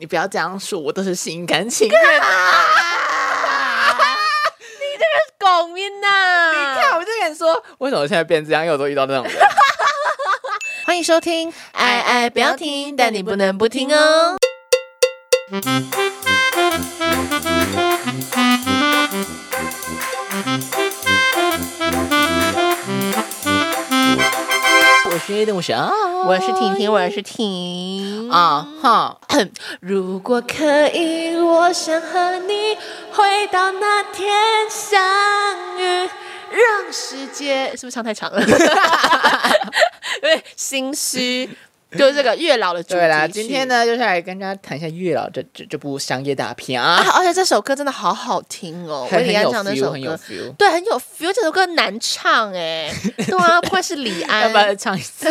你不要这样说，我都是心甘情愿的。狗命呐！你看，我就跟你说，为什么我现在变这样？因为我都遇到那种人。欢迎收听，爱爱不要听但你不能不听哦。我是邓翔，我是婷婷，我是婷。啊哈，如果可以，我想和你回到那天相遇，让世界是不是唱太长了？对，心虚。就是这个月老的主题曲。对啦，今天呢，就是来跟大家谈一下《月老》这这这部商业大片啊啊，，而且这首歌真的好好听哦，很我很李安有唱那首 feel，很有歌， feel。对，很有 feel。这首歌难唱哎，对啊，不愧是 李要 安不，要再唱一次？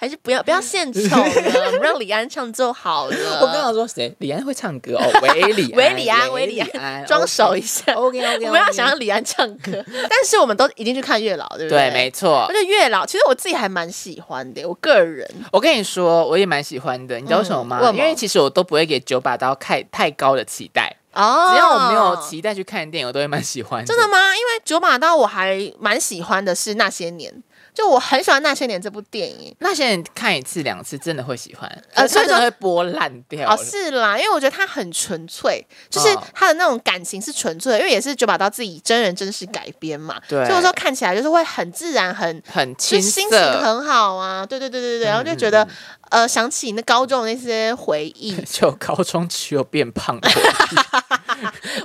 还是不要不要献 丑了，我们让李安唱就好了。我刚刚说谁？李安会唱歌 哦，韦礼韦礼安，韦韦礼安 安，，装熟一下。 OK OK， 我们要想让李安唱 歌，但是我们都已经去看月老，对不对，对，没。错而。且月老其实我自己还蛮喜欢的，我个人我跟你说，我也蛮喜欢的，你知道为什么吗？嗯为什因么为其实我都不会给九把刀太太高的期待，哦只要我没有期待去看电影，我都会蛮喜欢的。真的吗？因为九把刀我还蛮喜欢的是《那些年》，就我很喜欢《那些年》这部电影。那些人看一次两次真的会喜欢，呃呃，所真以的说会波烂掉了。哦，是啦，因为我觉得它很纯粹，就是哦它的那种感情是纯粹的，因为也是九把刀自己真人真事改编嘛，对所以我说看起来就是会很自然，很很就青是心情涩，很好啊，对对对对对，然后就嗯觉得、呃想起那高中的那些回忆，就高中只有变胖的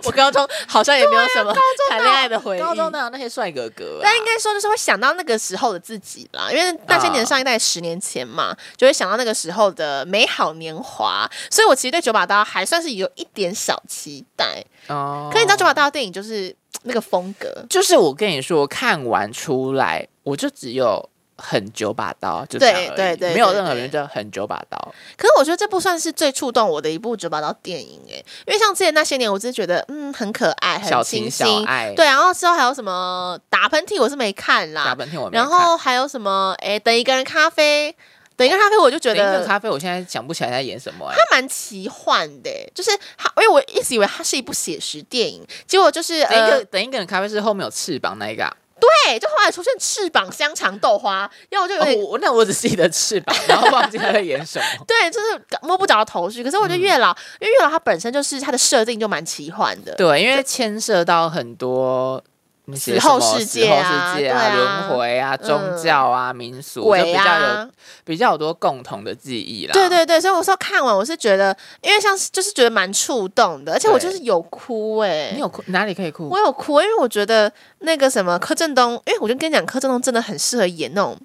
我高中好像也没有什 啊么谈恋爱的回忆。高中哪有那些帅哥哥、啊？但应该说就是会想到那个时候的自己啦，因为那些年啊上一代十年前嘛，就会想到那个时候的美好年华，所以我其实对九把刀还算是有一点小期待。哦可你知道九把刀的电影就是那个风格，就是我跟你说，看完出来我就只有很九把刀，就对这样而已对对没有对任何对人叫很九把刀。可是我觉得这部算是最触动我的一部九把刀电影诶、因为像之前那些年，我只是觉得嗯很可爱，小很情清小新，爱对，然后之后还有什么打喷嚏，我是没看大啦，半天我没然看后还有什么诶，等一个人咖啡，等一个人咖啡，我就觉等一份得咖啡，我现在想不起来在演什么、欸它。蛮奇幻的欸、就是它，因为我一直以为它是一部写实电影，结果就是等一呃个，等一个人咖啡是后面有翅膀那一个、啊，对，就后来出现翅膀香肠豆花，要我就有哦点、。我 那我只记得翅膀，然后忘记他在演什么 对，就是摸不着头绪。可是我嗯觉得月老，因为月老它本身就是它的设定就蛮奇幻的，对，因为牵涉到很多那些死什后么世死界后啊世界对啊、啊轮回啊、宗嗯教啊、民俗，就比鬼较有啊，比较有多共同的啊记忆啦。对对对，所以我说看完我是觉得，因为像是就是觉得蛮触动的，而且我对就是有哭哎、你有哭哪里可以哭我？有哭，因为我觉得那个什么柯震东，因为我就跟你讲，柯震东真的很适合演那种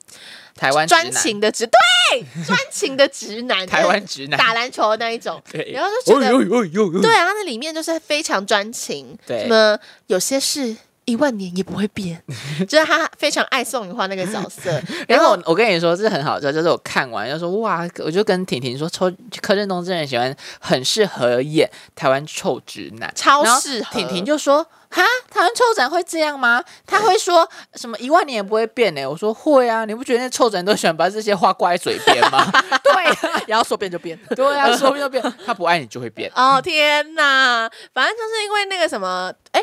台湾直专男，情的直，对， 专情的直男，台湾直男，打篮球的那一种，对哦哎然后就觉得，呦呦呦对啊，那里面就是非常专情，对什么有些事一万年也不会变， 就是他非常爱宋雨花那个角 色，然然后后我我跟你说，这很好笑，就是我看完就说哇，我就跟婷婷说，抽柯震东真的喜欢，很适合演台湾臭直男。超然后适合。婷婷就说哈，台湾臭展会这样吗？他会说什么一万年也不会变呢、我说会啊，你不觉得那臭展都喜欢把这些话挂在嘴边 吗？对啊， 然后说变就变。对啊，说变就变，他不爱你就会变。哦天哪！反正就是因为那个什么，哎，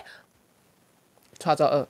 创造二，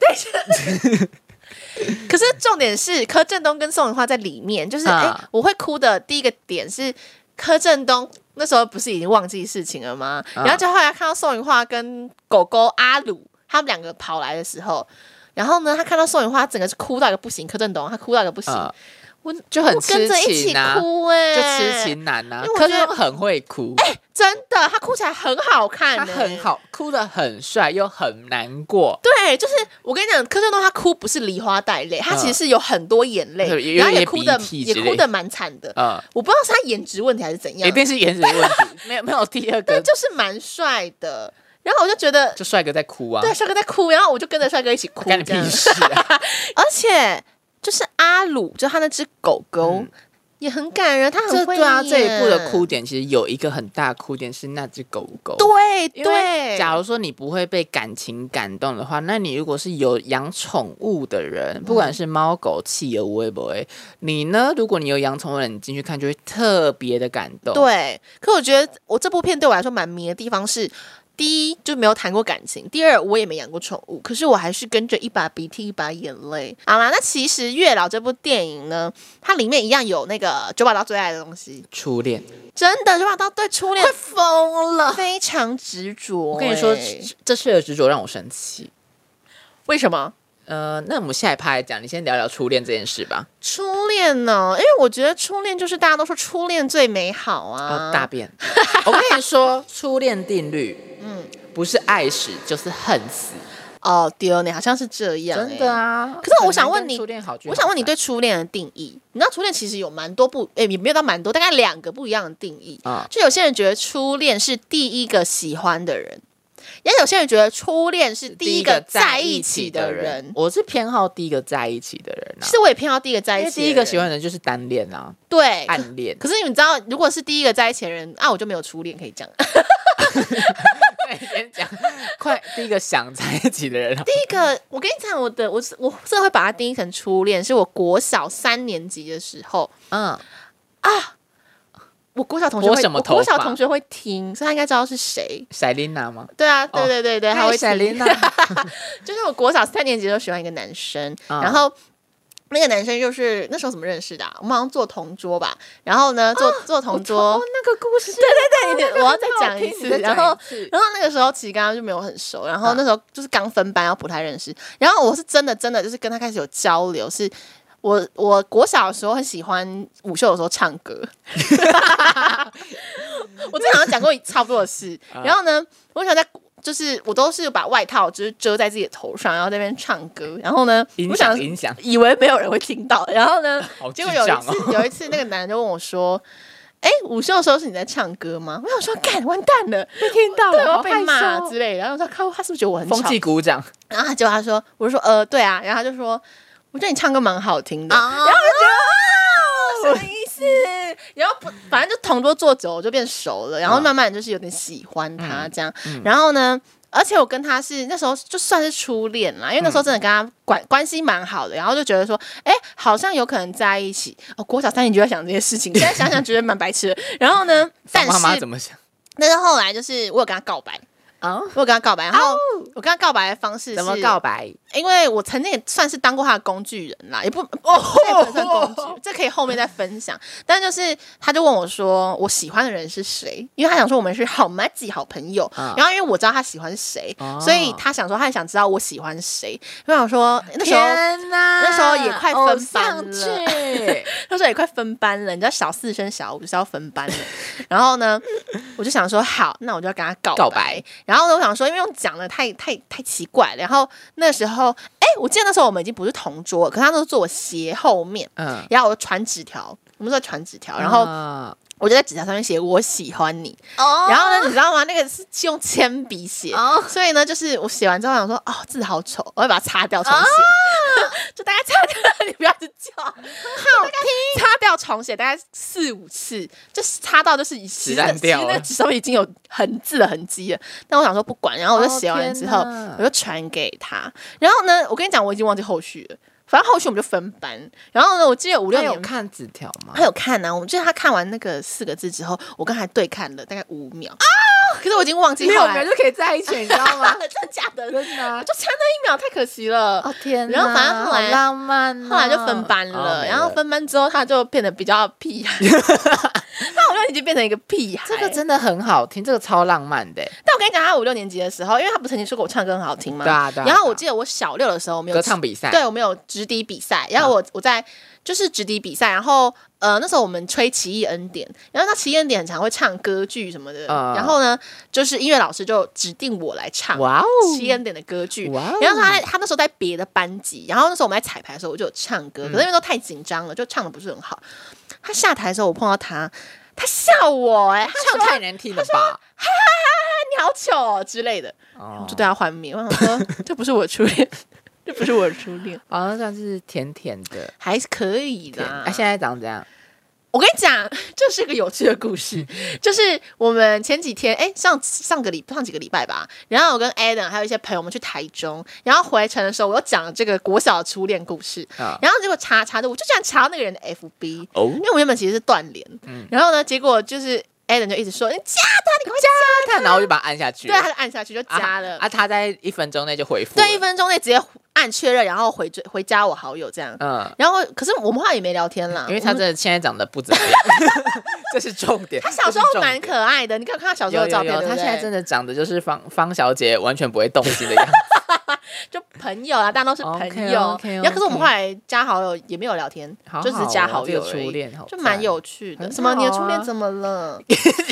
可是重点是柯震东跟宋雨花在里面，就是哎、啊我会哭的第一个点是柯震东那时候不是已经忘记事情了吗？啊然后就后来看到宋雨花跟狗狗阿鲁他们两个跑来的时候，然后呢，他看到宋雨花整个是哭到一个不行，柯震东他哭到一个不行，啊我就很嗯我跟痴着一情起呐、哭哎、就痴情男呐、因为我柯觉震得哎东很会哭。真的他哭起来很好看、欸他很。好，哭的很帅又很难过，对，就是我跟你讲，柯震东他哭不是梨花带泪，他其实是有很多眼嗯泪，然后有有也哭的鼻涕之也类哭的蛮惨的。嗯，我不知道是他颜值问题还是怎样一，定是颜值的问题， 没有没有第二但个，就是蛮帅的。然后我就觉得，就帅哥在哭啊，对，帅哥在哭，然后我就跟着帅哥一起哭，干你这屁样事啊！而且就是阿鲁，就他那只狗狗，也很感人，他嗯这 很会对啊，演这一部的哭，点其实有一个很大的哭点是那只狗狗。对因为对，假如说你不会被感情感动的话，那你如果是有养宠物的人，不嗯管是猫狗、企鹅、乌龟、不会，你呢？如果你有养宠物的人，你进去看就会特别的感动。，对，可我觉得我这部片对我来说蛮迷的地方是，第一就没有谈过感情，第二我也没养过宠物，可是我还是跟着一把鼻涕一把眼泪。好啦，那其实《月老》这部电影呢，它里面一样有那个九把刀最爱的东西，初恋，真的九把刀对初恋疯了！非常执着、我跟你说，欸这这次的执着让我生气。为什么？呃，那我们下一趴来讲，你先聊聊初恋这件事吧。初恋呢？因为我觉得初恋就是大家都说初恋最美好啊，啊，大便！我跟你说，初恋定律，嗯，不是爱死就是恨死，哦丢你好像是这样、欸，真的啊。可是我很想难问跟你初恋好聚好我散，想问你对初恋的定义，你知道初恋其实有蛮多不，诶、也没有到蛮多，大概两个不一样的定义。啊就有些人觉得初恋是第一个喜欢的人，也有些人觉得初恋是第一个在一起的人。我是偏好第一个在一起的人啊其，实我也偏好第一个在因一为起，哎第一个喜欢的人就是单恋啊，对。可暗恋。可是你知道，如果是第一个在一起的人，啊，我就没有初恋可以讲。 先讲，快，第一个想在一起的人啊， 第一个，我跟你讲，我的我我真的会把它定义成初恋，是我国小三年级的时候，嗯，我国小同学会，拨什么我国小头发同学会听，所以他应该知道是谁。塞琳娜吗？对啊，对对对对，他会塞琳听。娜，就是我国小三年级就喜欢一个男生，啊然后那个男生就是那时候怎么认识的啊、我们好像坐同桌吧，然后呢坐、坐同桌哦，那个故事，对对对，我要再很好讲听一你次，再然讲后一次然后那个时候其实跟他就没有很熟，然后啊那时候就是刚分班，然后不太认识。然后我是真的真的就是跟他开始有交流，是我我国小的时候很喜欢午休的时候唱 歌，我之前好像讲过差不多的事。 啊然后呢，我想在就是我都是把外套就是遮在自己的头上，然后在那边唱歌。然后呢，影我想响影响，以为没有人会听到，然后呢， 好结智果有一障次、哦 有一次那个男人就问我说。哎，午休的时候是你在唱歌吗？我想说，干完蛋 了，被听到对，我要被骂之类的。然后我说，靠，他是不是觉得我很风吵纪？鼓掌，然后他结果他说，我就说，呃，对啊。然后他就说，我觉得你唱歌蛮好听的。啊然后哦我就觉得，啊，什么意思？然后不，反正就同桌坐久，我就变熟了。然后嗯慢慢就是有点喜欢他这样。然后呢？而且我跟他是那时候就算是初恋啦，因为那时嗯候真的跟他关关系蛮好的，然后就觉得说，哎、好像有可能在一起。哦，国小三年级就在想这些事情，现在想想觉得蛮白痴的。然后呢，但是嗯妈妈怎么想但是后来就是我有跟他告白，啊？我有跟他告白，然后我跟他告白的方哦式是怎么告？白？因为我曾经也算是当过他的工具人啦，也不哦，这也不能算工哦具，这可以后面再分享。但就是他就问我说，我喜欢的人是谁？因为他想说我们是好妈几好朋友，啊然后因为我知道他喜欢谁，哦所以他想说他也想知道我喜欢谁。我想说那时候天哪那时候也快分班了偶像剧那时候也快分班了，你知道小四升小五就是要分班了。 然后呢，我就想说好，那我就要跟他告告白白。然后呢，我想说，因为用讲的太太太奇怪了。然后那时候，哎，我记得那时候我们已经不是同桌了，可是他都是坐我斜后面，嗯，然后我就传纸条，我们说传纸条，然后啊我就在纸条上面写我喜欢你。哦然后呢，你知道吗？那个是用铅笔写，哦所以呢，就是我写完之后想说，哦，字好丑，我会把它擦掉哦重写， 就大概擦掉，你不要一直叫，好听，擦掉重写大概四五次，就是擦到就是其实那烂其实掉那个了纸上面已经有痕字的痕迹了，但我想说不管，然后我就哦写完之天后，哪我就传给他，然后呢，我跟你讲，我已经忘记后续了，反正后续我们就分班，然后呢，我记得五他六有年看纸条吗他？有看呢、啊，我就是他看完那个四个字之后，我跟他对看了大概五秒啊，可是我已经忘记后六来秒，就可以在一起，你知道吗？真的假的？就真的啊。差那一秒，太可惜了。哦天哪！然后反正后来好浪漫哦、后来就分班了，哦然后。没分班之后他就变得比较屁 孩，他好像已经变成一个屁孩。这个，真的很好听，这个超浪漫的，但我跟你讲，他五六年级的时候，因为他不曾经说过我唱歌很好听吗？对啊对啊然后我对啊记得我小六的时候，我们有歌唱比赛。对，我们有直笛比赛，然后我、我在就是直笛比赛，然后呃那时候我们吹《奇异恩典》，然后那《奇异恩典》很常会唱歌剧什么的，嗯然后呢，就是音乐老师就指定我来唱《哇哦，奇异恩典》的歌剧。哇哦，然后他在他那时候在别的班级，然后那时候我们在彩排的时候我就有唱歌，可是嗯因为都太紧张了，就唱的不是很好。他下台的时候我碰到他，他笑我哎、他唱说太难听了吧？你好糗、哦、之类的，哦我就对他幻灭。我想说 这不是我的初恋， 这不是我的初恋，好像算是甜甜的，啊还是可以的甜。。哎、现在长怎样？我跟你讲，这是个有趣的故事，就是我们前几天，哎，上上个礼上几个礼拜吧，然后我跟 Adam 还有一些朋友，我们去台中，然后回程的时候，我又讲了这个国小的初恋故事，啊然后结果查查的，我就竟然查到那个人的 FB，、哦嗯因为我们原本其实是断联，然后呢，结果就是 Adam 就一直说你加他，你快加看，然后我就把它按下去对，了。他就按下去就加了，啊，啊他在一分钟内就回复了。对，一分钟内直接按确认，然后回追回加我好友这样，嗯，然后可是我们后来也没聊天啦，因为啊我他们真的现在长得不怎么 样，这是重点。他小时候蛮可可爱的，你看看他小时候有的照有片，有，对不他现在对真的长得就是方方小姐完全不会动心的 样子。就朋友啊，大家都是朋友。 OK，OK，OK 然后可是我们后来加好友也没有聊天，好好哦就只是加好这友个而已初恋好就 蛮有趣很的。好啊什么？你的初恋怎么了？啊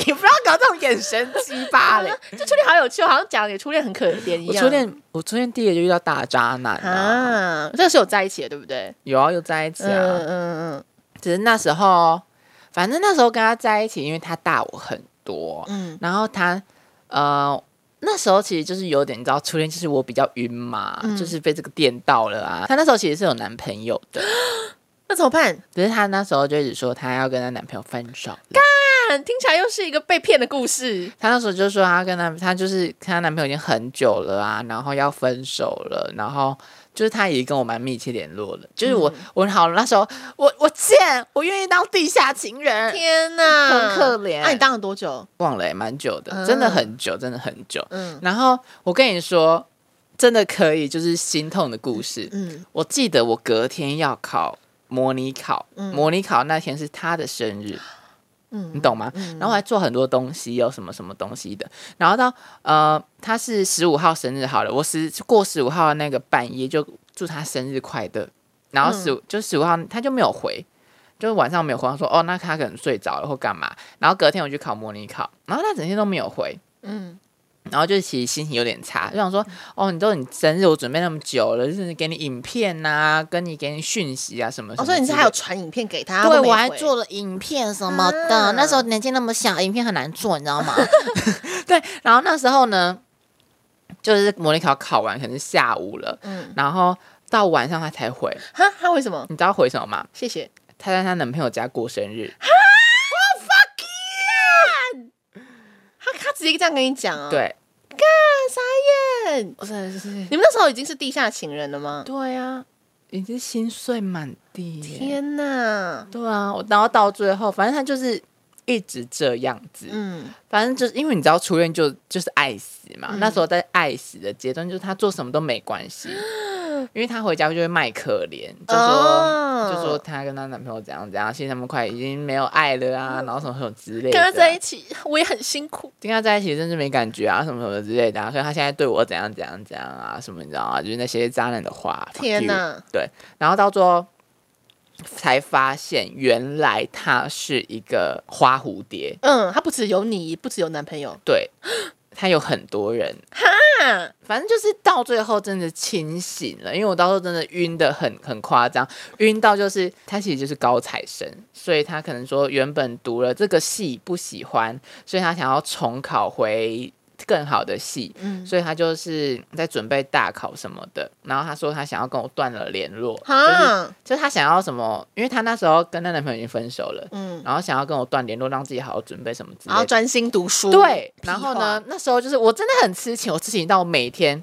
你不要搞这种眼神鸡巴 嘞！就初恋好有趣，好像讲你初恋很可怜一我样。初恋，我初恋第一个就遇到大渣男啊，啊，这个是有在一起的，对不对？有啊，又在一起嗯啊。嗯嗯只是那时候，哦反正那时候跟他在一起，因为他大我很多，嗯然后他呃那时候其实就是有点你知道初恋就是我比较晕嘛，嗯就是被这个电到了啊。她那时候其实是有男朋友的，那怎么办？只是她那时候就一直说她要跟她男朋友分手了。看，啊听起来又是一个被骗的故事。她那时候就说她跟她她就是跟她男朋友已经很久了啊，然后要分手了，然后。就是她也跟我蛮密切联络的，就是嗯我、我好那时候我我贱，我愿意当地下情人，天哪，啊很可怜那你当了多久？忘了也、欸蛮久的，嗯真的很久，真的很久。嗯然后我跟你说，真的可以，就是心痛的故事。嗯我记得我隔天要考模拟考，嗯模拟考那天是他的生日，你嗯懂吗？然后我还做很多东西，有什么什么东西的。然后到呃，他是十五号生日好了，我十过十五号的那个半夜就祝他生日快乐。然嗯后十、就十五号他就没有回，就是晚上没有回，他说哦，那他可能睡着了或干嘛。然后隔天我去考模拟考，然后他整天都没有回。嗯，然后就其实心情有点差，就想说，哦，你都你生日我准备那么久了，就是给你影片呐、跟你给你讯息啊什么什哦，么之所类的。以你是还有传影片给对，他？他都没我还回做了影片什么的。啊那时候年纪那么小，影片很难做，你知道吗？ 对，然后那时候呢，就是模拟考考完可能是下午了，嗯然后到晚上他才回，哈，他为什么？你知道回什么吗？谢谢。她在她男朋友家过生日，他他直接这样跟你讲啊？，对，傻眼。我真的是，你们那时候已经是地下情人了吗？对啊，已经心碎满地耶，天啊哪！对啊，我然后到最后，反正他就是一直这样子，嗯反正就是因为你知道初恋就就是爱死嘛，嗯那时候在爱死的阶段，就是他做什么都没关 系，因为他回家就会卖可怜，就说、哦就说她跟她男朋友怎样怎样，其实他们快已经没有爱了啊，然后什么什么之类的，跟他在一起，我也很辛苦。跟他在一起真是没感觉啊，什么什么之类的、啊，所以他现在对我怎样怎样怎样啊，什么你知道啊，就是那些渣男的话，天哪，哪！对，然后到最后。才发现，原来他是一个花蝴蝶，嗯，他不只有你，不只有男 朋友。对，他有很多人，啊，反正就是到最后真的清醒了，因为我到时候真的晕的很很夸张，晕到就是他其实就是高材生，所以他可能说原本读了这个系不喜欢，所以他想要重考回更好的系，嗯，所以他就是在准备大考什么的。然后他说他想要跟我断了联络，就是啊，就是他想要什么，因为他那时候跟她男朋友已经分手了，嗯，然后想要跟我断联络，让自己好好准备什么之类然的后。专心读书。对，屁然后话呢，？那时候就是我真的很痴情，我痴情到我每天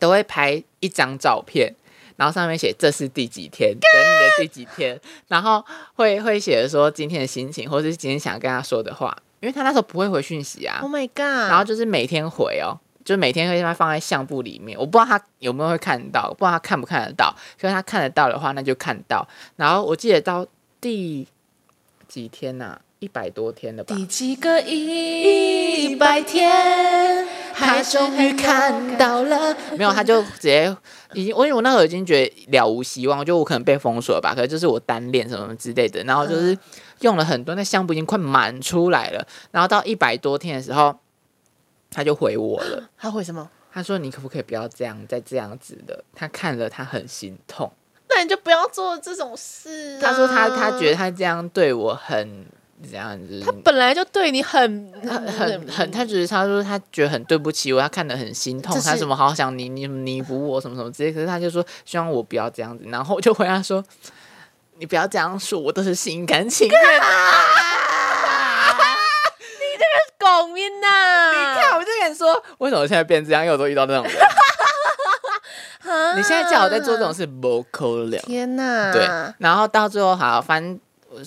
都会拍一张照片，然后上面写这是第几天，等你的第几天，然后会会写说今天的心情，或者是今天想跟他说的话，因为他那时候不会回讯息啊， Oh my 然后 god！就是每天回哦。就每天会把它放在相簿里面，我不知道他有没有会看到，不知道他看不看得到。可是他看得到的话，那就看到。然后我记得到第几天呐、啊，一百多天了吧？第几个一百天，他终于看到了，没有，他就直 接已经，我因为我那时候已经觉得了无希望，就我可能被封锁了吧，可能就是我单恋什么之类的，然后嗯就是用了很多，那相簿已经快满出来了，然后到一百多天的时候，他就回我了，他会什么？他说你可不可以不要这样，再这样子的，他看了他很心痛，那你就不要做这种事啊。他说他他觉得他这样对我很怎样子，他本来就对你很很很很，他觉得他说他觉得很对不起我，他看得很心痛这，是他什么好想你你你补我什么什么之类，可是他就说希望我不要这样子，然后我就回答说。你不要这样说，我都是心甘情愿。啊狗命呐！你看，我就跟你说，为什么我现在变这样？因为我都遇到那 种人。看你现在叫我在做这种事，不可能。天呐！对，然后到最后好，反正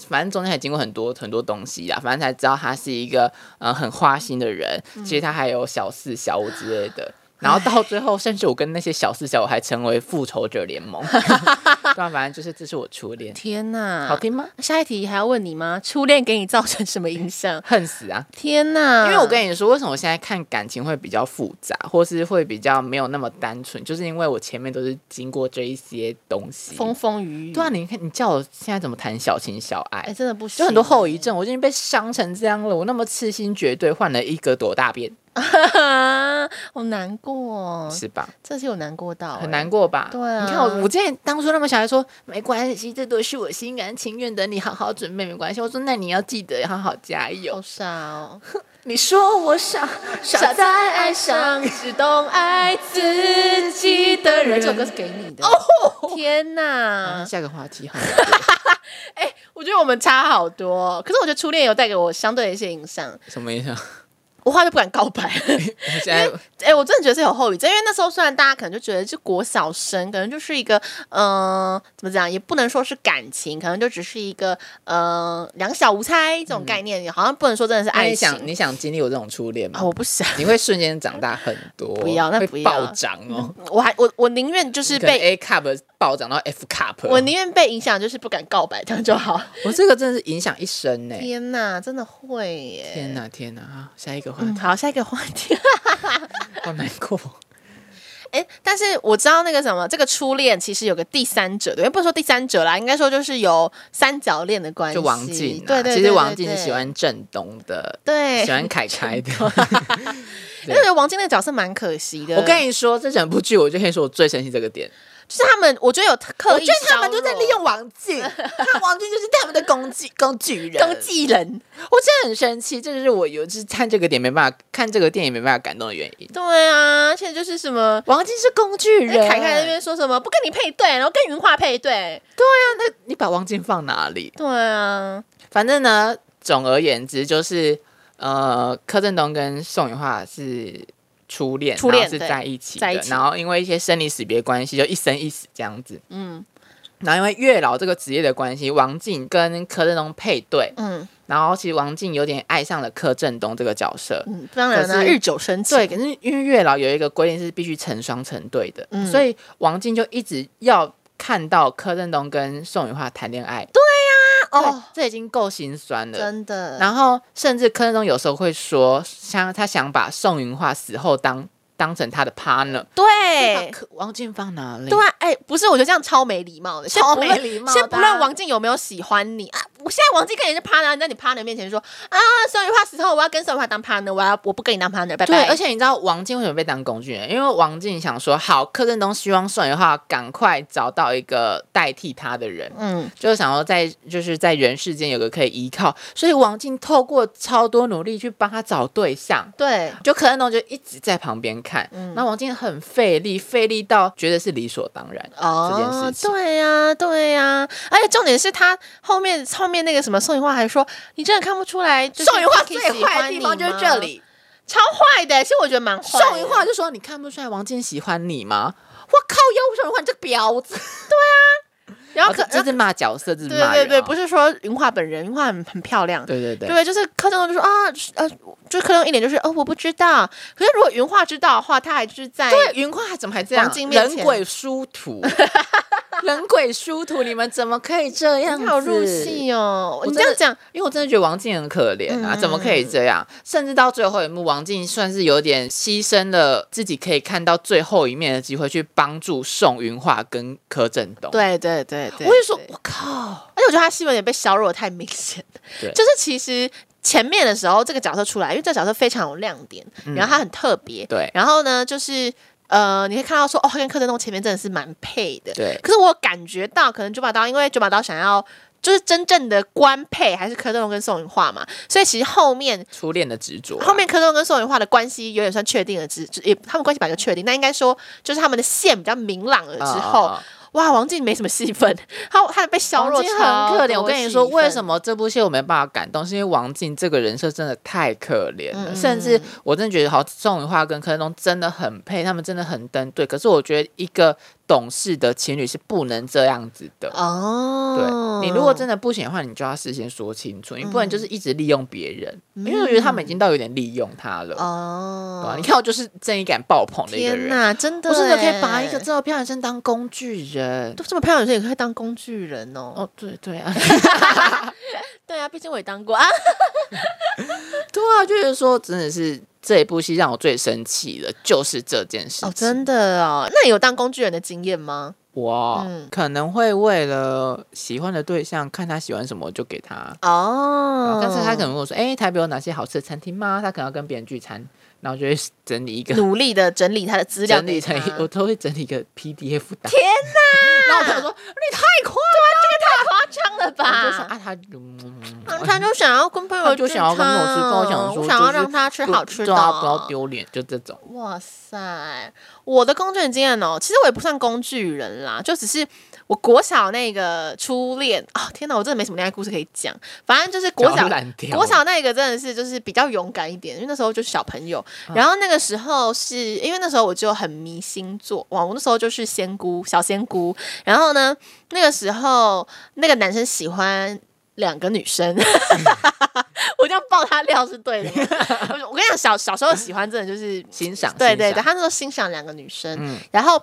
反正中间还经过很多很多东西啊，反正才知道他是一个呃很花心的人，其实他还有小四小五之类的。然后到最后，甚至我跟那些小四小五还成为复仇者联盟。对啊，反正就是这是我初恋，天呐！好听吗？？下一题还要问你吗？初恋给你造成什么影响恨死啊！天呐！因为我跟你说，为什么我现在看感情会比较复杂，或是会比较没有那么单纯，就是因为我前面都是经过这一些东西。风风雨雨，对啊，你看，你叫我现在怎么谈小情小爱哎，？真的不行，就很多后 遗症，我已经被伤成这样了，我那么痴心绝对，换了一个多大便，好难过哦，是吧？这是有难过到，很难过吧？对啊你看我，我之前当初那么小，还说没关系，这都是我心甘情愿的，你好好准备没关系。我说那你要记得好好加哎，好油。傻哦，你说我傻，傻在爱上只懂爱自己的人，这首歌是给你的。 哦嗯天啊呐！下个话题好了， 我觉得我们差好多，可是我觉得初恋有带给我相对的一些影响，什么意思啊？ 我后来就不敢告白。我现在哎、我真的觉得是有后遗症，因为那时候虽然大家可能就觉得是国小生，可能就是一个嗯、呃怎么讲，也不能说是感情，可能就只是一个呃两小无猜这种概念，好像不能说真的是嗯那爱你情。想你想经历我这种初恋吗啊，？我不想，你会瞬间长大很多，不要那会不要嗯暴涨哦，我还我我宁愿就是是被被。 A cup 暴涨到 F cup 哦。我宁愿被影响，就是不敢告白，这样就好。 我这个真的是影响一生呢。 天哪，真的会耶！天哪，天哪啊！下一个话嗯，题，好，下一个话题。 好难 过。哎，但是我知道那个什么，这个初恋其实有个第三者，对，不能说第三者啦，应该说就是有三角恋的关系。就王静、啊，对对对，其实王对静是喜欢郑东的，对，喜欢凯 凯的。因为我觉得王晶那个角色蛮可惜的。我跟你说，这整部剧我就可以说我最生气这个点，就是他们，我觉得有刻我意觉削得弱，他们就在利用王静，他王静就是他们的工 具工具人，攻击人。我真的很生气，这就是我有就是看这个点没办法看这个电影没办法感动的原因。哎对啊，而且就是什么。王静是工具人，凯凯那边说什么不跟你配对，然后跟云画配对，你把王静放哪里？对啊，反正呢，总而言之就是，呃，柯震东跟宋雨化是初恋，初恋然后是对在一起在的，一起然后因为一些生离死别关系，就一生一死这样子。嗯然后因为月老这个职业的关系，王静跟柯震东配对，嗯然后其实王静有点爱上了柯震东这个角色。嗯，当然啦、可是日久生情，对，可是因为月老有一个规定是必须成双成对的，嗯所以王静就一直要看到柯震东跟宋雨化谈恋爱。对啊哦，这已经够心酸了。真的，然后甚至柯震东有时候会说，像他想把宋云化死后当当成他的 partner。对把柯王静放哪里？对啊，哎、不是，我觉得这样超没礼貌的，先超不论没礼貌的啊先不论王静有没有喜欢你啊，我现在王静跟人家 partner，在你 partner 面前说啊，宋雨化死后我要跟宋雨化当 partner，我要我不跟你当 partner，拜拜。对，而且你知道王静为什么被当工具人？因为王静想说，好，柯震东希望宋云化赶快找到一个代替他的人。嗯，就是想要在就是在人世间有个可以依靠，所以王静透过超多努力去帮他找对象，对，就柯震东就一直在旁边看，嗯那、王静很费力，费力到觉得是理所当然。哦，这件事情对呀、对呀、而且重点是他后面后面那个什么宋雨化还说，你真的看不出来，就是宋云化 Kiki 最喜坏的欢地你方就是吗这，里，超坏的。其实我觉得蛮坏的。宋云化就说：“你看不出来王静喜欢你吗我靠，要宋云化你这个婊子，然？”后可呃哦这这是骂角色，这是对骂对人对，啊不是说云化本人，云化很很漂亮。对对对。对，就是柯震东就说啊，呃，就是柯震东一脸就是哦，我不知道。可是如果云化知道的话，他还就是在对，云化怎么还这样王？静面前人鬼殊途， 人鬼殊途，你们怎么可以这样你子？好入戏哦。我你真这的样讲，因为我真的觉得王静很可怜啊，嗯怎么可以这样？甚至到最后一幕，王静算是有点牺牲了自己可以看到最后一面的机会，去帮助宋云化跟柯震东。，对对对对，我也说对，我靠，而且我觉得他戏份也被削弱得太明显了，对就是其实。前面的时候，这个角色出来，因为这个角色非常有亮点，然后他很特别，嗯对然后呢，就是呃，你会看到说，哦，他跟柯震东前面真的是蛮配的，对可是我感觉到，可能九把刀，因为九把刀想要就是真正的官配还是柯震东跟宋云画嘛，所以其实后面初恋的执着啊、后面柯震东跟宋雨化的关系有点算确定了之，也他们关系本来就确定，那应该说就是他们的线比较明朗了之后，啊啊啊哇，王静没什么戏份，他他被削弱王超静多戏很份，可怜，我跟你说，为什么这部戏我没办法感动，是因为王静这个人设真的太可怜了，嗯甚至我真的觉得好，宋雨化跟柯震东真的很配，他们真的很登对。可是我觉得一个懂事的情侣是不能这样子的。哦对？你如果真的不行的话，你就要事先说清楚，你不能就是一直利用别人，嗯因为我觉得他们已经到有点利用他了，对吧、啊哦你，看我就是正义感爆棚的一个天人，哪，真的我耶，真的可以把一个这么漂亮的女生当工具人。都这么漂亮的女生也可以当工具人哦。哦，对对啊， 对啊，毕竟我也当过啊。对啊，就是说，真的是这一部戏让我最生气的，就是这件事情。哦，真的哦，那你有当工具人的经验吗？我、嗯可能会为了喜欢的对象，看他喜欢什么就给他。哦但是他可能跟我说：“哎、台北有哪些好吃的餐厅吗？”他可能要跟别人聚餐，然后就会整理一个，努力的整理他的资料整给理他，成一，我都会整理一个 PDF 档。天哪！然后我朋友说：“你太夸夸张了张了。”我就想吧？啊，他嗯嗯他就想要跟朋友他就想要跟我吃饭，我想说聚餐想要就是让他吃好吃的对啊，不要丢脸，就这种。哇塞，我的工具人经验哦，其实我也不算工具人啦，就只是我国小那个初恋啊、天哪，我真的没什么恋爱故事可以讲，反正就是国脚小烂掉国小那个真的是就是比较勇敢一点，因为那时候就是小朋友，然后那个时候是因为那时候我就很迷星座，哇，我那时候就是仙姑小仙姑，然后呢，那个时候那个男生喜欢两个女生， 我这样爆他料是对的吗。 我我跟你讲，小小时候喜欢真的就是欣赏对欣对对，赏他那时候欣赏两个女生，嗯然后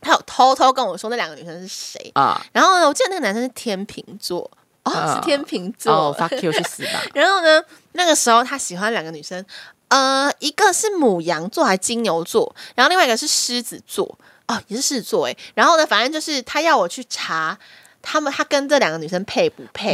他有偷偷跟我说那两个女生是谁。啊，然后呢，我记得那个男生是天秤座，哦，啊是天秤座。哦，fuck you，去死 吧！然后呢，那个时候他喜欢两个女生，呃，一个是母羊座还是金牛座，然后另外一个是狮子座，哦，也是狮子座诶。然后呢，反正就是他要我去查他们，他跟这两个女生配不配。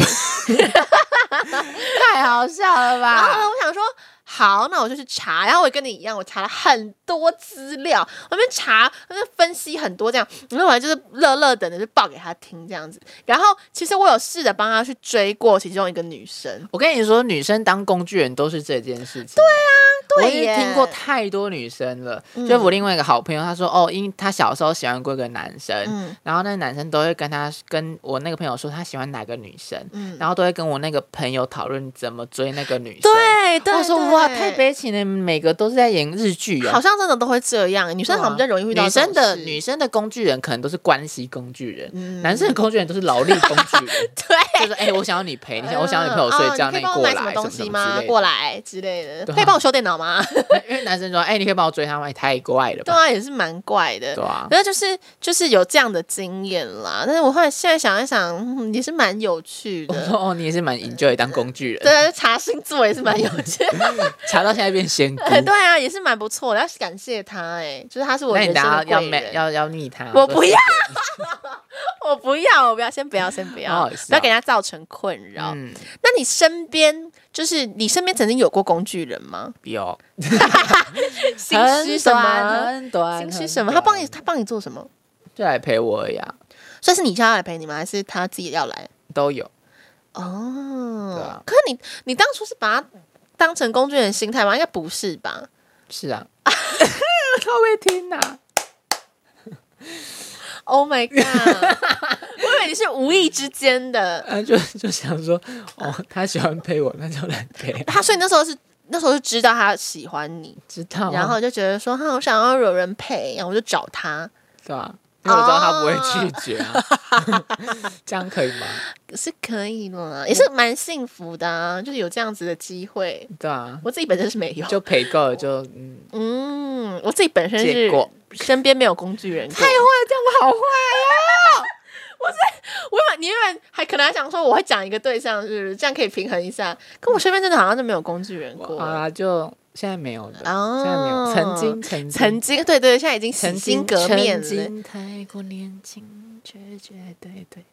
太好笑了然后呢，？我想说，好，那我就去查。然后我也跟你一样，我查了很多资料，我们查，我们分析很多这样。然后我还就是乐乐等的就报给他听这样子。然后其实我有试着帮他去追过其中一个女生，我跟你说，女生当工具人都是这件事情。对啊，对我已经耶嗯听过太多女生了。就我另外一个好朋友，他说哦，因为他小时候喜欢过一个男生，嗯然后那个男生都会跟他跟我那个朋友说他喜欢哪个女生，嗯，然后都会跟我那个朋友讨论怎么追那个女生。对对，我说对哇，太。悲情了，每个都是在演日剧好哦。像真的都会这样，女生好像比较容易遇到女这种生的事嗯女 生的工具人可能都是关系工具人，男生的工具人都是劳力工具人。 对，就是哎、我想要你陪，你想我想要你陪我睡觉，哦那你可以你帮过我来买什么东什西么之吗？类的过来之类的，对啊可以帮我修电脑吗？ 因为男生说哎、你可以帮我追他吗？也太怪了对吧？啊，也是蛮怪的。对啊，然后就是就是有这样的经验啦，但是我后来现在想一想，嗯、也是蛮有趣 我的。说哦，你也是蛮 enjoy 当工具人， 对，啊查星座也是蛮有 趣 的，查到现在变仙姑。 对啊，也是蛮不错的。要感谢他、哎，就是他是我那你人等生下的要贵没人。要要逆他？我不要说 我不要，我不要，先不要，先不好要，好笑不要给人家造成困哦扰。啊嗯，那你身边，就是你身边曾经有过工具人吗？有心虚很什短么？很短，心虚很什么？他帮你，短他帮你做什么？就来陪我呀，所以是你叫他来陪你吗？还是他自己要来？都有。哦，对啊可是你你当初是把它当成工具人心态吗？应该不是吧？是 啊， 他会听啊呐、 Oh my god！我以为你是无意之间的，啊，就 就想说哦，他喜欢陪我，那就来陪。啊他所以那时候是那时候是知道他喜欢你，知道啊、然后就觉得说哈，我想要有人陪，然后我就找他。对啊，因为我知哦道他不会拒绝啊， 这样可以吗？是可以啦，也是蛮幸福的、啊，就是有这样子的机会。对啊，我自己本身是没有，就陪够了就嗯，嗯，我自己本身结是果身边没有工具人过，太坏，这样我好坏啊！我原本你原本还可能还想说我会讲一个对象，是不是这样可以平衡一下？可我身边真的好像就没有工具人过。啊，就现在没有了，哦现在没有，曾经曾经曾经对对，现在已经洗曾心经革面曾了。经太过年轻，决绝对 对。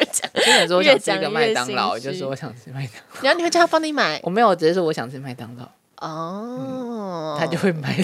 越讲，之前说我想越吃一讲个越麦当心劳，虚就是我想吃麦当劳， 然后你会叫他帮你买我没有，直接说我想吃麦当劳，哦，嗯他就会买。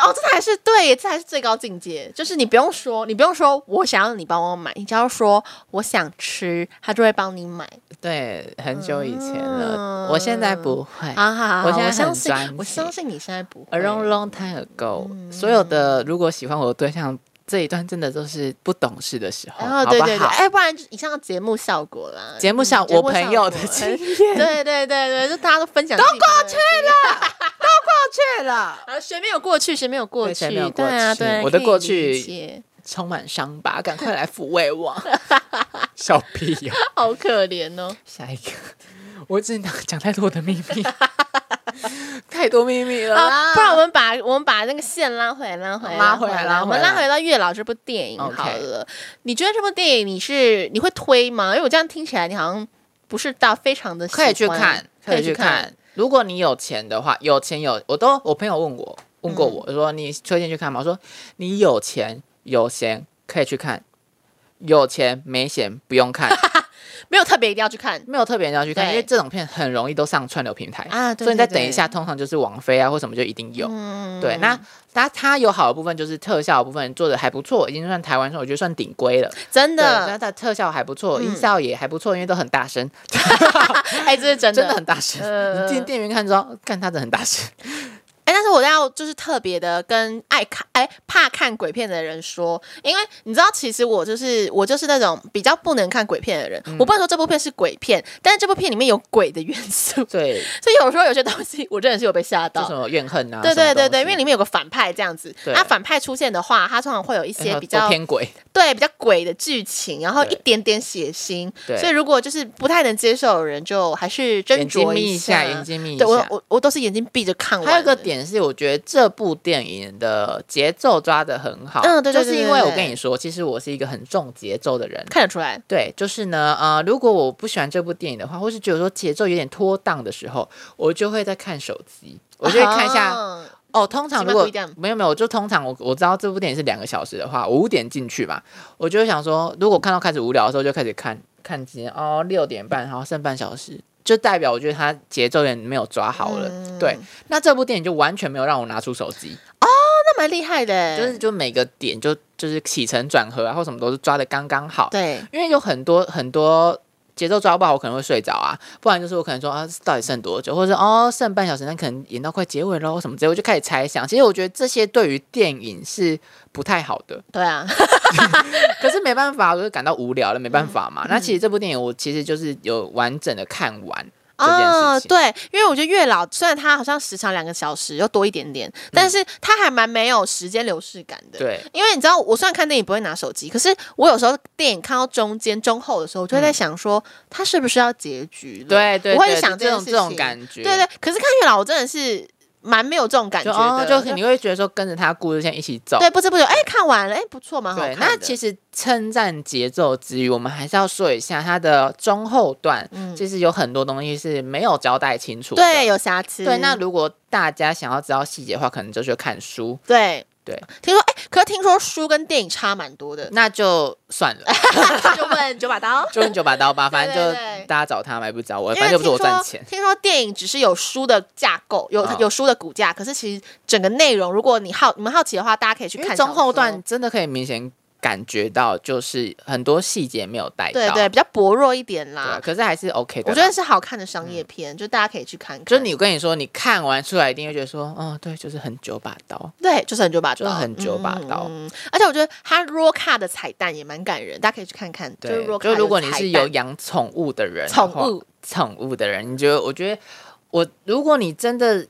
哦，这才是对，这才是最高境界，就是你不用说，你不用说我想要你帮我买，你只要说我想吃，他就会帮你买。 对，很久以前嗯了，我现在不会。好好好，哎我现在我很相信专，我情相信你现在不 A 会。嗯 long long time ago，、所有的如果喜欢我的对象这一段真的都是不懂事的时候，然后对对好对，不好？哎，不然就以上节目效果啦，节目上嗯我朋友的节经目效果验， 对对对对，就大家都分享都过去去了，啊，谁没有过去，谁没有过对去谁，没有过对啊，去对，我的可以过理去解 充满伤疤，赶快来抚慰我。小屁呀、好可怜哦。下一个， 我只能讲太多我的秘 密，太多秘密了啦啊，不然我们把我们把那个线拉回来，拉回来，拉回来拉我们回来拉回到《月老》这部电影 OK 好了。你觉得这部电影你是你会推吗？因为我这样听起来你好像不是到非常的喜欢可以去看，可可以以去去看看。如果你有钱的话，有钱有，我都我朋友问我，问过嗯我，说你推荐去看吗？我说你有钱有闲可以去看，有钱没闲不用看，没有特别一定要去看。没有特别人要去看，对因为这种片很容易都上串流平台啊对所以你再对等一对下，通常就是网飞啊或什么就一定有。嗯对，那它它有好的部分，就是特效的部分做的还不错，已经算台湾算我觉得算顶规了。真对，那的，它的特效还不错，音嗯效也还不错，因为都很大声，哎，这是真的，真的很大声。呃你进电影院看之后，看它真的很大声。哎，但是我要就是特别的跟爱看哎怕看鬼片的人说，因为你知道，其实我就是我就是那种比较不能看鬼片的嗯人。我不能说这部片是鬼片，但是这部片里面有鬼的元素， 对，所以有时候有些东西我真的是有被吓就到什。么怨恨啊，对什么东对对西对，因为里面有个反派这样子，对哎那反派出现的话，他通常会有一因为些它比都较偏鬼，对比较鬼的剧情，然后对一点点血腥，对所以如果就是不太能接受的人，就还是斟眼睛酌眯一下。下，眼睛眯一对我下。我我都是眼睛闭着看完的。还有一个点是，我觉得这部电影的节奏抓得很好，嗯对对对就是因为对我对跟你说，其实我是一个很重节奏的人，看得出来，对，就是呢，呃，如果我不喜欢这部电影的话，或是觉得说节奏有点拖档的时候，我就会在看手机，我就会看一下。啊哦，通常几如万果不一定没有没有，我就通常我我知道这部电影是两个小时的话，我五点进去嘛，我就会想说，如果看到开始无聊的时候，就开始看看今天哦六点半，然后剩半小时。就代表我觉得它节奏有点没有抓好了，嗯对。那这部电影就完全没有让我拿出手机，那蛮厉害的，就是就每个点就就是起承转合啊，或什么都是抓的刚刚好。对，因为有很多很多节奏抓不好，我可能会睡着啊，不然就是我可能说啊，到底剩多久，或者是哦剩半小时，那可能演到快结尾喽什么之类，我就开始猜想。其实我觉得这些对于电影是不太好的，对 啊，可是没办法，我就感到无聊了，没办法嗯嘛。那其实这部电影我其实就是有完整的看完这件哦事，情。对，因为我觉得月老虽然它好像时长两个小时又多一点点，但是它还蛮没有时间流逝感的。。对因为你知道，我虽然看电影不会拿手机，可是我有时候电影看到中间、中后的时候，我就会在想说，它是不是要结局了？对对，我会对想这件种事这种情感觉，对对。可是看月老，我真的是蛮没有这种感觉就的，哦，就是你会觉得说跟着他故事线一起走，对不知不觉，哎，看完了，哎，不错，蛮好对看，的。那其实称赞节奏之余，我们还是要说一下它的中后段，嗯其实有很多东西是没有交代清楚的。对有瑕疵。嗯对，那如果大家想要知道细节的话，可能就去看书，对对，，听说哎、可是听说书跟电影差蛮多 的 那就算 了，就问九把刀。就跟九把刀 吧，反正对就对大家找他买不着我，因反为正又听不是说我赚钱。听说电影只是有书的架构，有、哦有书的骨架，可是其实整个内容，如果你好你们好奇的话，大家可以去因为看中小后说段。真的可以明显感觉到，就是很多细节没有带到，啊对对，比较薄弱一点对啦。可是还是 OK 的啦。我觉得是好看的商业片，就大家可以去看看。嗯就是你，我跟你说，你看完出来一定会觉得说，哦，对，就是很九把刀。对，就是很九把刀，就是很九把刀嗯而且我觉得它 raw 卡的彩蛋也蛮感人，大家可以去看看。对，是就 raw cut 如果你的彩是蛋有养宠物的人的话，宠物宠物的人，你觉得？我觉得我，如果你真的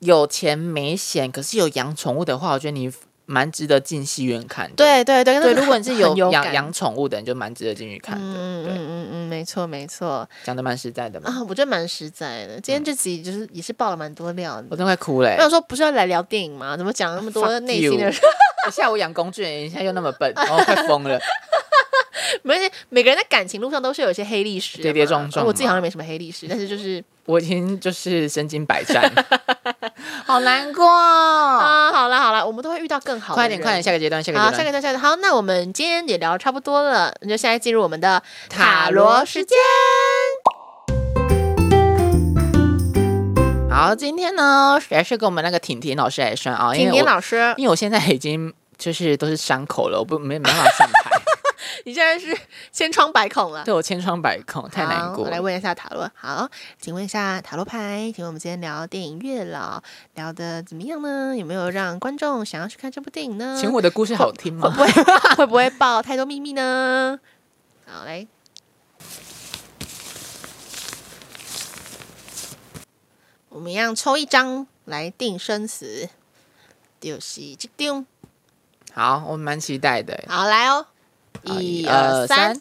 有钱没闲，可是有养宠物的话，我觉得你蛮值得进戏院看的。对对对，那对，个如果你是很有感养养宠物的人，就蛮值得进去看的。嗯嗯对，嗯嗯，没错没错讲的蛮实在的嘛，啊，我觉得蛮实在的。今嗯天这集就是也是爆了蛮多料我的。真快哭欸嘞、没有说不是要来聊电影吗？怎么讲那么多 Fuck 内心的 you 我下午养工具人，一下又那么笨，哦，快疯了。 没事，每个人在感情路上都是有一些黑历史的嘛，跌跌撞撞我自己嘛好像没什么黑历史，但是就是我已经就是身经百战， 好难过哦。啊，好啦好啦，我们都会遇到更好的快人。点，快点，下个阶段，下个阶好，段，下个段下个段好，那我们今天也聊得差不多了，那就现在进入我们的塔罗时间。好，今天呢，还是跟我们那个婷婷老师来算 啊，因婷为婷我老师， 因为我现在已经就是都是伤口了，我不没没办法上台，你现在是千疮百孔了。对我千疮百孔，太难好过我了。来问一下塔罗，好，请问一下塔罗牌，请问我们今天聊电影《月老》，聊的怎么样呢？有没有让观众想要去看这部电影呢？请我的故事好听会 吗？不会会不会爆太多秘密呢？好，来。我们一样抽一张来定生死，就是这张。好，我蛮期待的。好，来哦，好一二三，，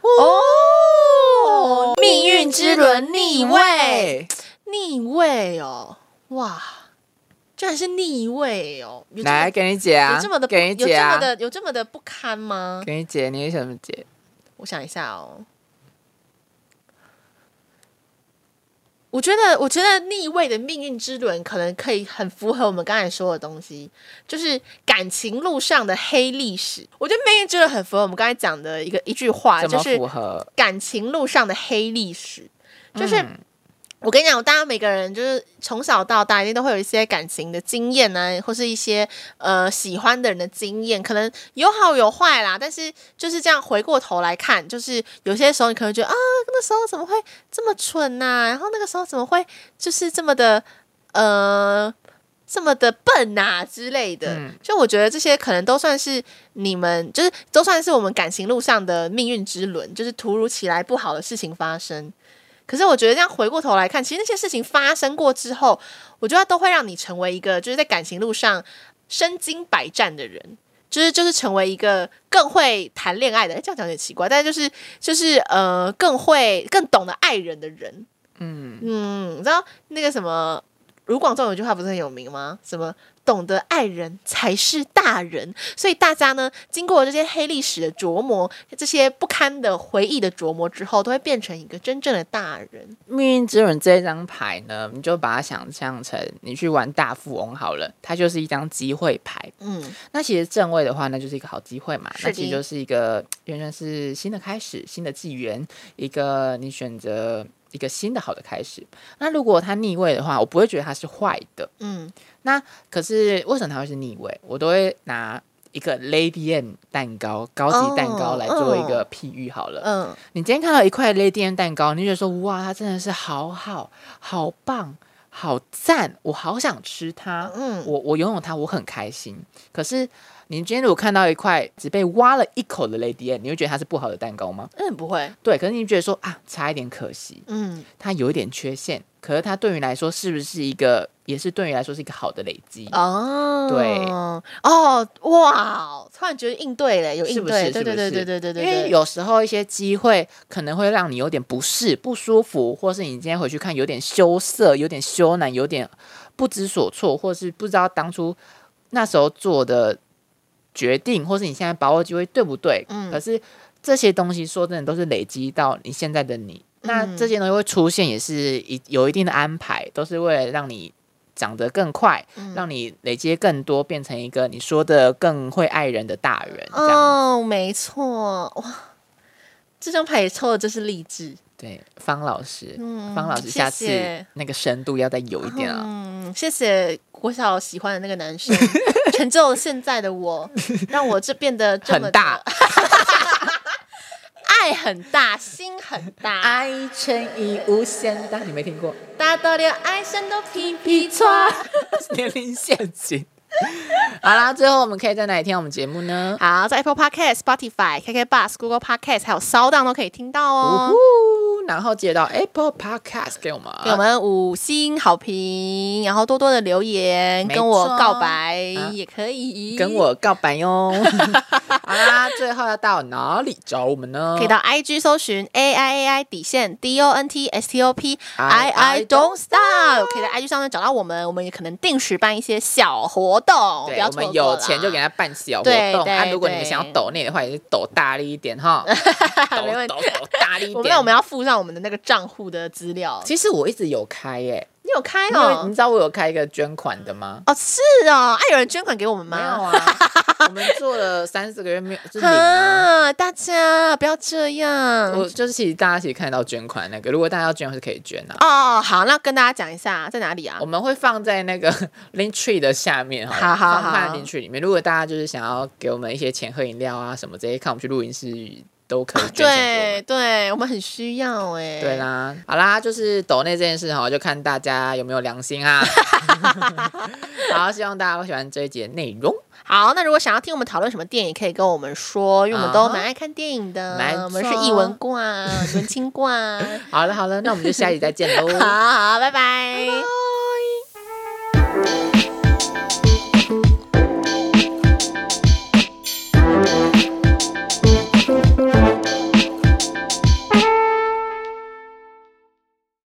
哦，命运之轮逆位位，逆位哦，哇，居然是逆位哦！有这么来给你解啊，有这么的不给你有解这么啊，的有这么的不堪吗？给你解，你什么解？我想一下哦。我觉得，我觉得逆位的命运之轮可能可以很符合我们刚才说的东西，就是感情路上的黑历史。我觉得命运之轮很符合我们刚才讲的一个一句话，怎啊就么是符合？感情路上的黑历史，就是。嗯我跟你讲，大家每个人就是从小到大一定都会有一些感情的经验呢、或是一些呃喜欢的人的经验，可能有好有坏啦。但是就是这样回过头来看，就是有些时候你可能觉得啊，那时候怎么会这么蠢呐、然后那个时候怎么会就是这么的呃这么的笨呐、之类的。嗯就我觉得这些可能都算是你们就是都算是我们感情路上的命运之轮，就是突如其来不好的事情发生。可是我觉得这样回过头来看，其实那些事情发生过之后，我觉得都会让你成为一个就是在感情路上身经百战的人，就是就是成为一个更会谈恋爱的，诶哎这样讲有点奇怪，但是就是就是呃更会更懂得爱人的人。嗯，嗯，你知道那个什么卢广仲有句话不是很有名吗？什么懂得爱人才是大人。所以大家呢，经过这些黑历史的琢磨，这些不堪的回忆的琢磨之后，都会变成一个真正的大人。命运之轮这一张牌呢，你就把它想象成你去玩大富翁好了，它就是一张机会牌。嗯，那其实正位的话，那就是一个好机会嘛，是的那其实就是一个嗯原来是新的开始，新的纪元，一个你选择一个新的好的开始。那如果它逆位的话，我不会觉得它是坏的。嗯，可是为什么它会是逆位？我都会拿一个 Lady M 蛋糕，高级蛋糕哦来做一个譬喻好了。嗯，你今天看到一块 Lady M 蛋糕，你就觉得说哇，它真的是好好、好棒、好赞，我好想吃它。嗯我我拥有它，我很开心。可是你今天如果看到一块只被挖了一口的 Lady M，你会觉得它是不好的蛋糕吗？嗯，不会，对，可是你觉得说啊，差一点可惜，嗯，它有一点缺陷。可是它对于来说是不是一个，也是对于来说是一个好的累积？哦，对，哦，哇，突然觉得应对了，有应是不对，是对是对不对是对对对对，因为有时候一些机会可能会让你有点不适、不舒服，或是你今天回去看有点羞涩、有点羞赧、有点不知所措，或是不知道当初那时候做的决定，或是你现在把握机会对不对？嗯可是这些东西说真的都是累积到你现在的你，那嗯这些东西会出现也是一有一定的安排，都是为了让你。长得更快，嗯让你累积更多，变成一个你说的更会爱人的大人，这样哦，没错，哇，这张牌也抽的真是励志，对，方老师，嗯方老师，谢下次谢那个深度要再有一点啊。嗯，谢谢国小喜欢的那个 男生，成就了现在的我，让我这变得这么的很大，爱很大，心很大，啊爱乘以无限大，你没听过？大到连爱神都皮皮抓。年龄陷阱。 好啦，最后我们可以在哪里听我们节目呢？好，在 Apple Podcast、Spotify、KK Bus、Google Podcast 还有 s o u n 都可以听到呜哦。呼，然后接到 Apple Podcast 给我们，给我们五星好评，然后多多的留言，没跟我错告白啊也可以，跟我告白哟。 好啦，最后要到哪里找我们呢？可以到 IG 搜寻 A I A I 底线 D O N T S T O P I I I I Don't don't Stop，可以在 IG 上面找到我们，我们也可能定时办一些小活动，哦不对，要我错们过有啦钱就给他办小活对动。对啊，如果你们对想要抖内的话，也是抖大力一点哈，抖 没问题抖抖大力一我们那点。我们要附上我们的那个账户的资料。其实我一直有开耶、你有开因为你哦？知道我有开一个捐款的吗？啊哦，是哦，哎，有人捐款给我们吗？ 没有啊，我们做了三四个月没有，是零啊。啊，大家不要这样。我就是其实大家其实看得到捐款那个，如果大家要捐是可以捐啊。哦，好，那跟大家讲一下在哪里啊我？们会放在那个 link tree 的下面哈，好好放好在 link tree 里面。如果大家就是想要给我们一些钱喝饮料啊什么这些，看我们去录音室都可以捐钱给我们。啊对对，我们很需要哎、对，啦，好啦，就是抖内这件事哈，就看大家有没有良心 啊。好，希望大家会喜欢这一节内容。好，那如果想要听我们讨论什么电影，可以跟我们说，因为我们啊都哈蛮爱看电影的没，我们是错译文挂、文青挂。 好了好了，那我们就下一集再见喽。 好好，拜拜。